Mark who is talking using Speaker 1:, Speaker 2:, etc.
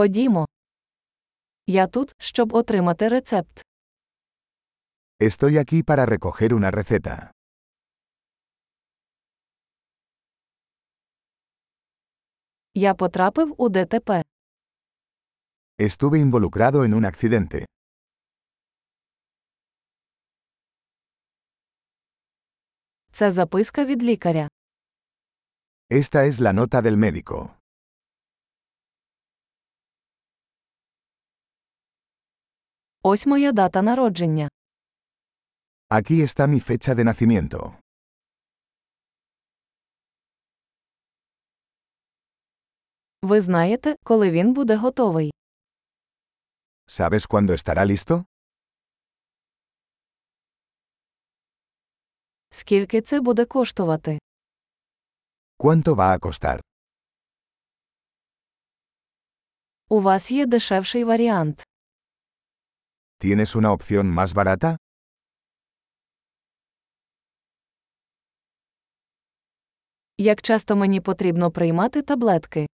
Speaker 1: Ходімо. Я тут, щоб отримати рецепт.
Speaker 2: Estoy aquí para recoger una receta.
Speaker 1: Я потрапив у ДТП.
Speaker 2: Estuve involucrado en un accidente.
Speaker 1: Це записка від лікаря.
Speaker 2: Esta es la nota del médico.
Speaker 1: Ось моя дата народження.
Speaker 2: Aquí está mi fecha de nacimiento.
Speaker 1: Ви знаєте, коли він буде готовий.
Speaker 2: ¿Sabes cuándo estará listo?
Speaker 1: Скільки це буде коштувати?
Speaker 2: ¿Cuánto va a costar?
Speaker 1: У вас є дешевший варіант.
Speaker 2: ¿Tienes una opción más barata?
Speaker 1: Як часто мені потрібно приймати таблетки?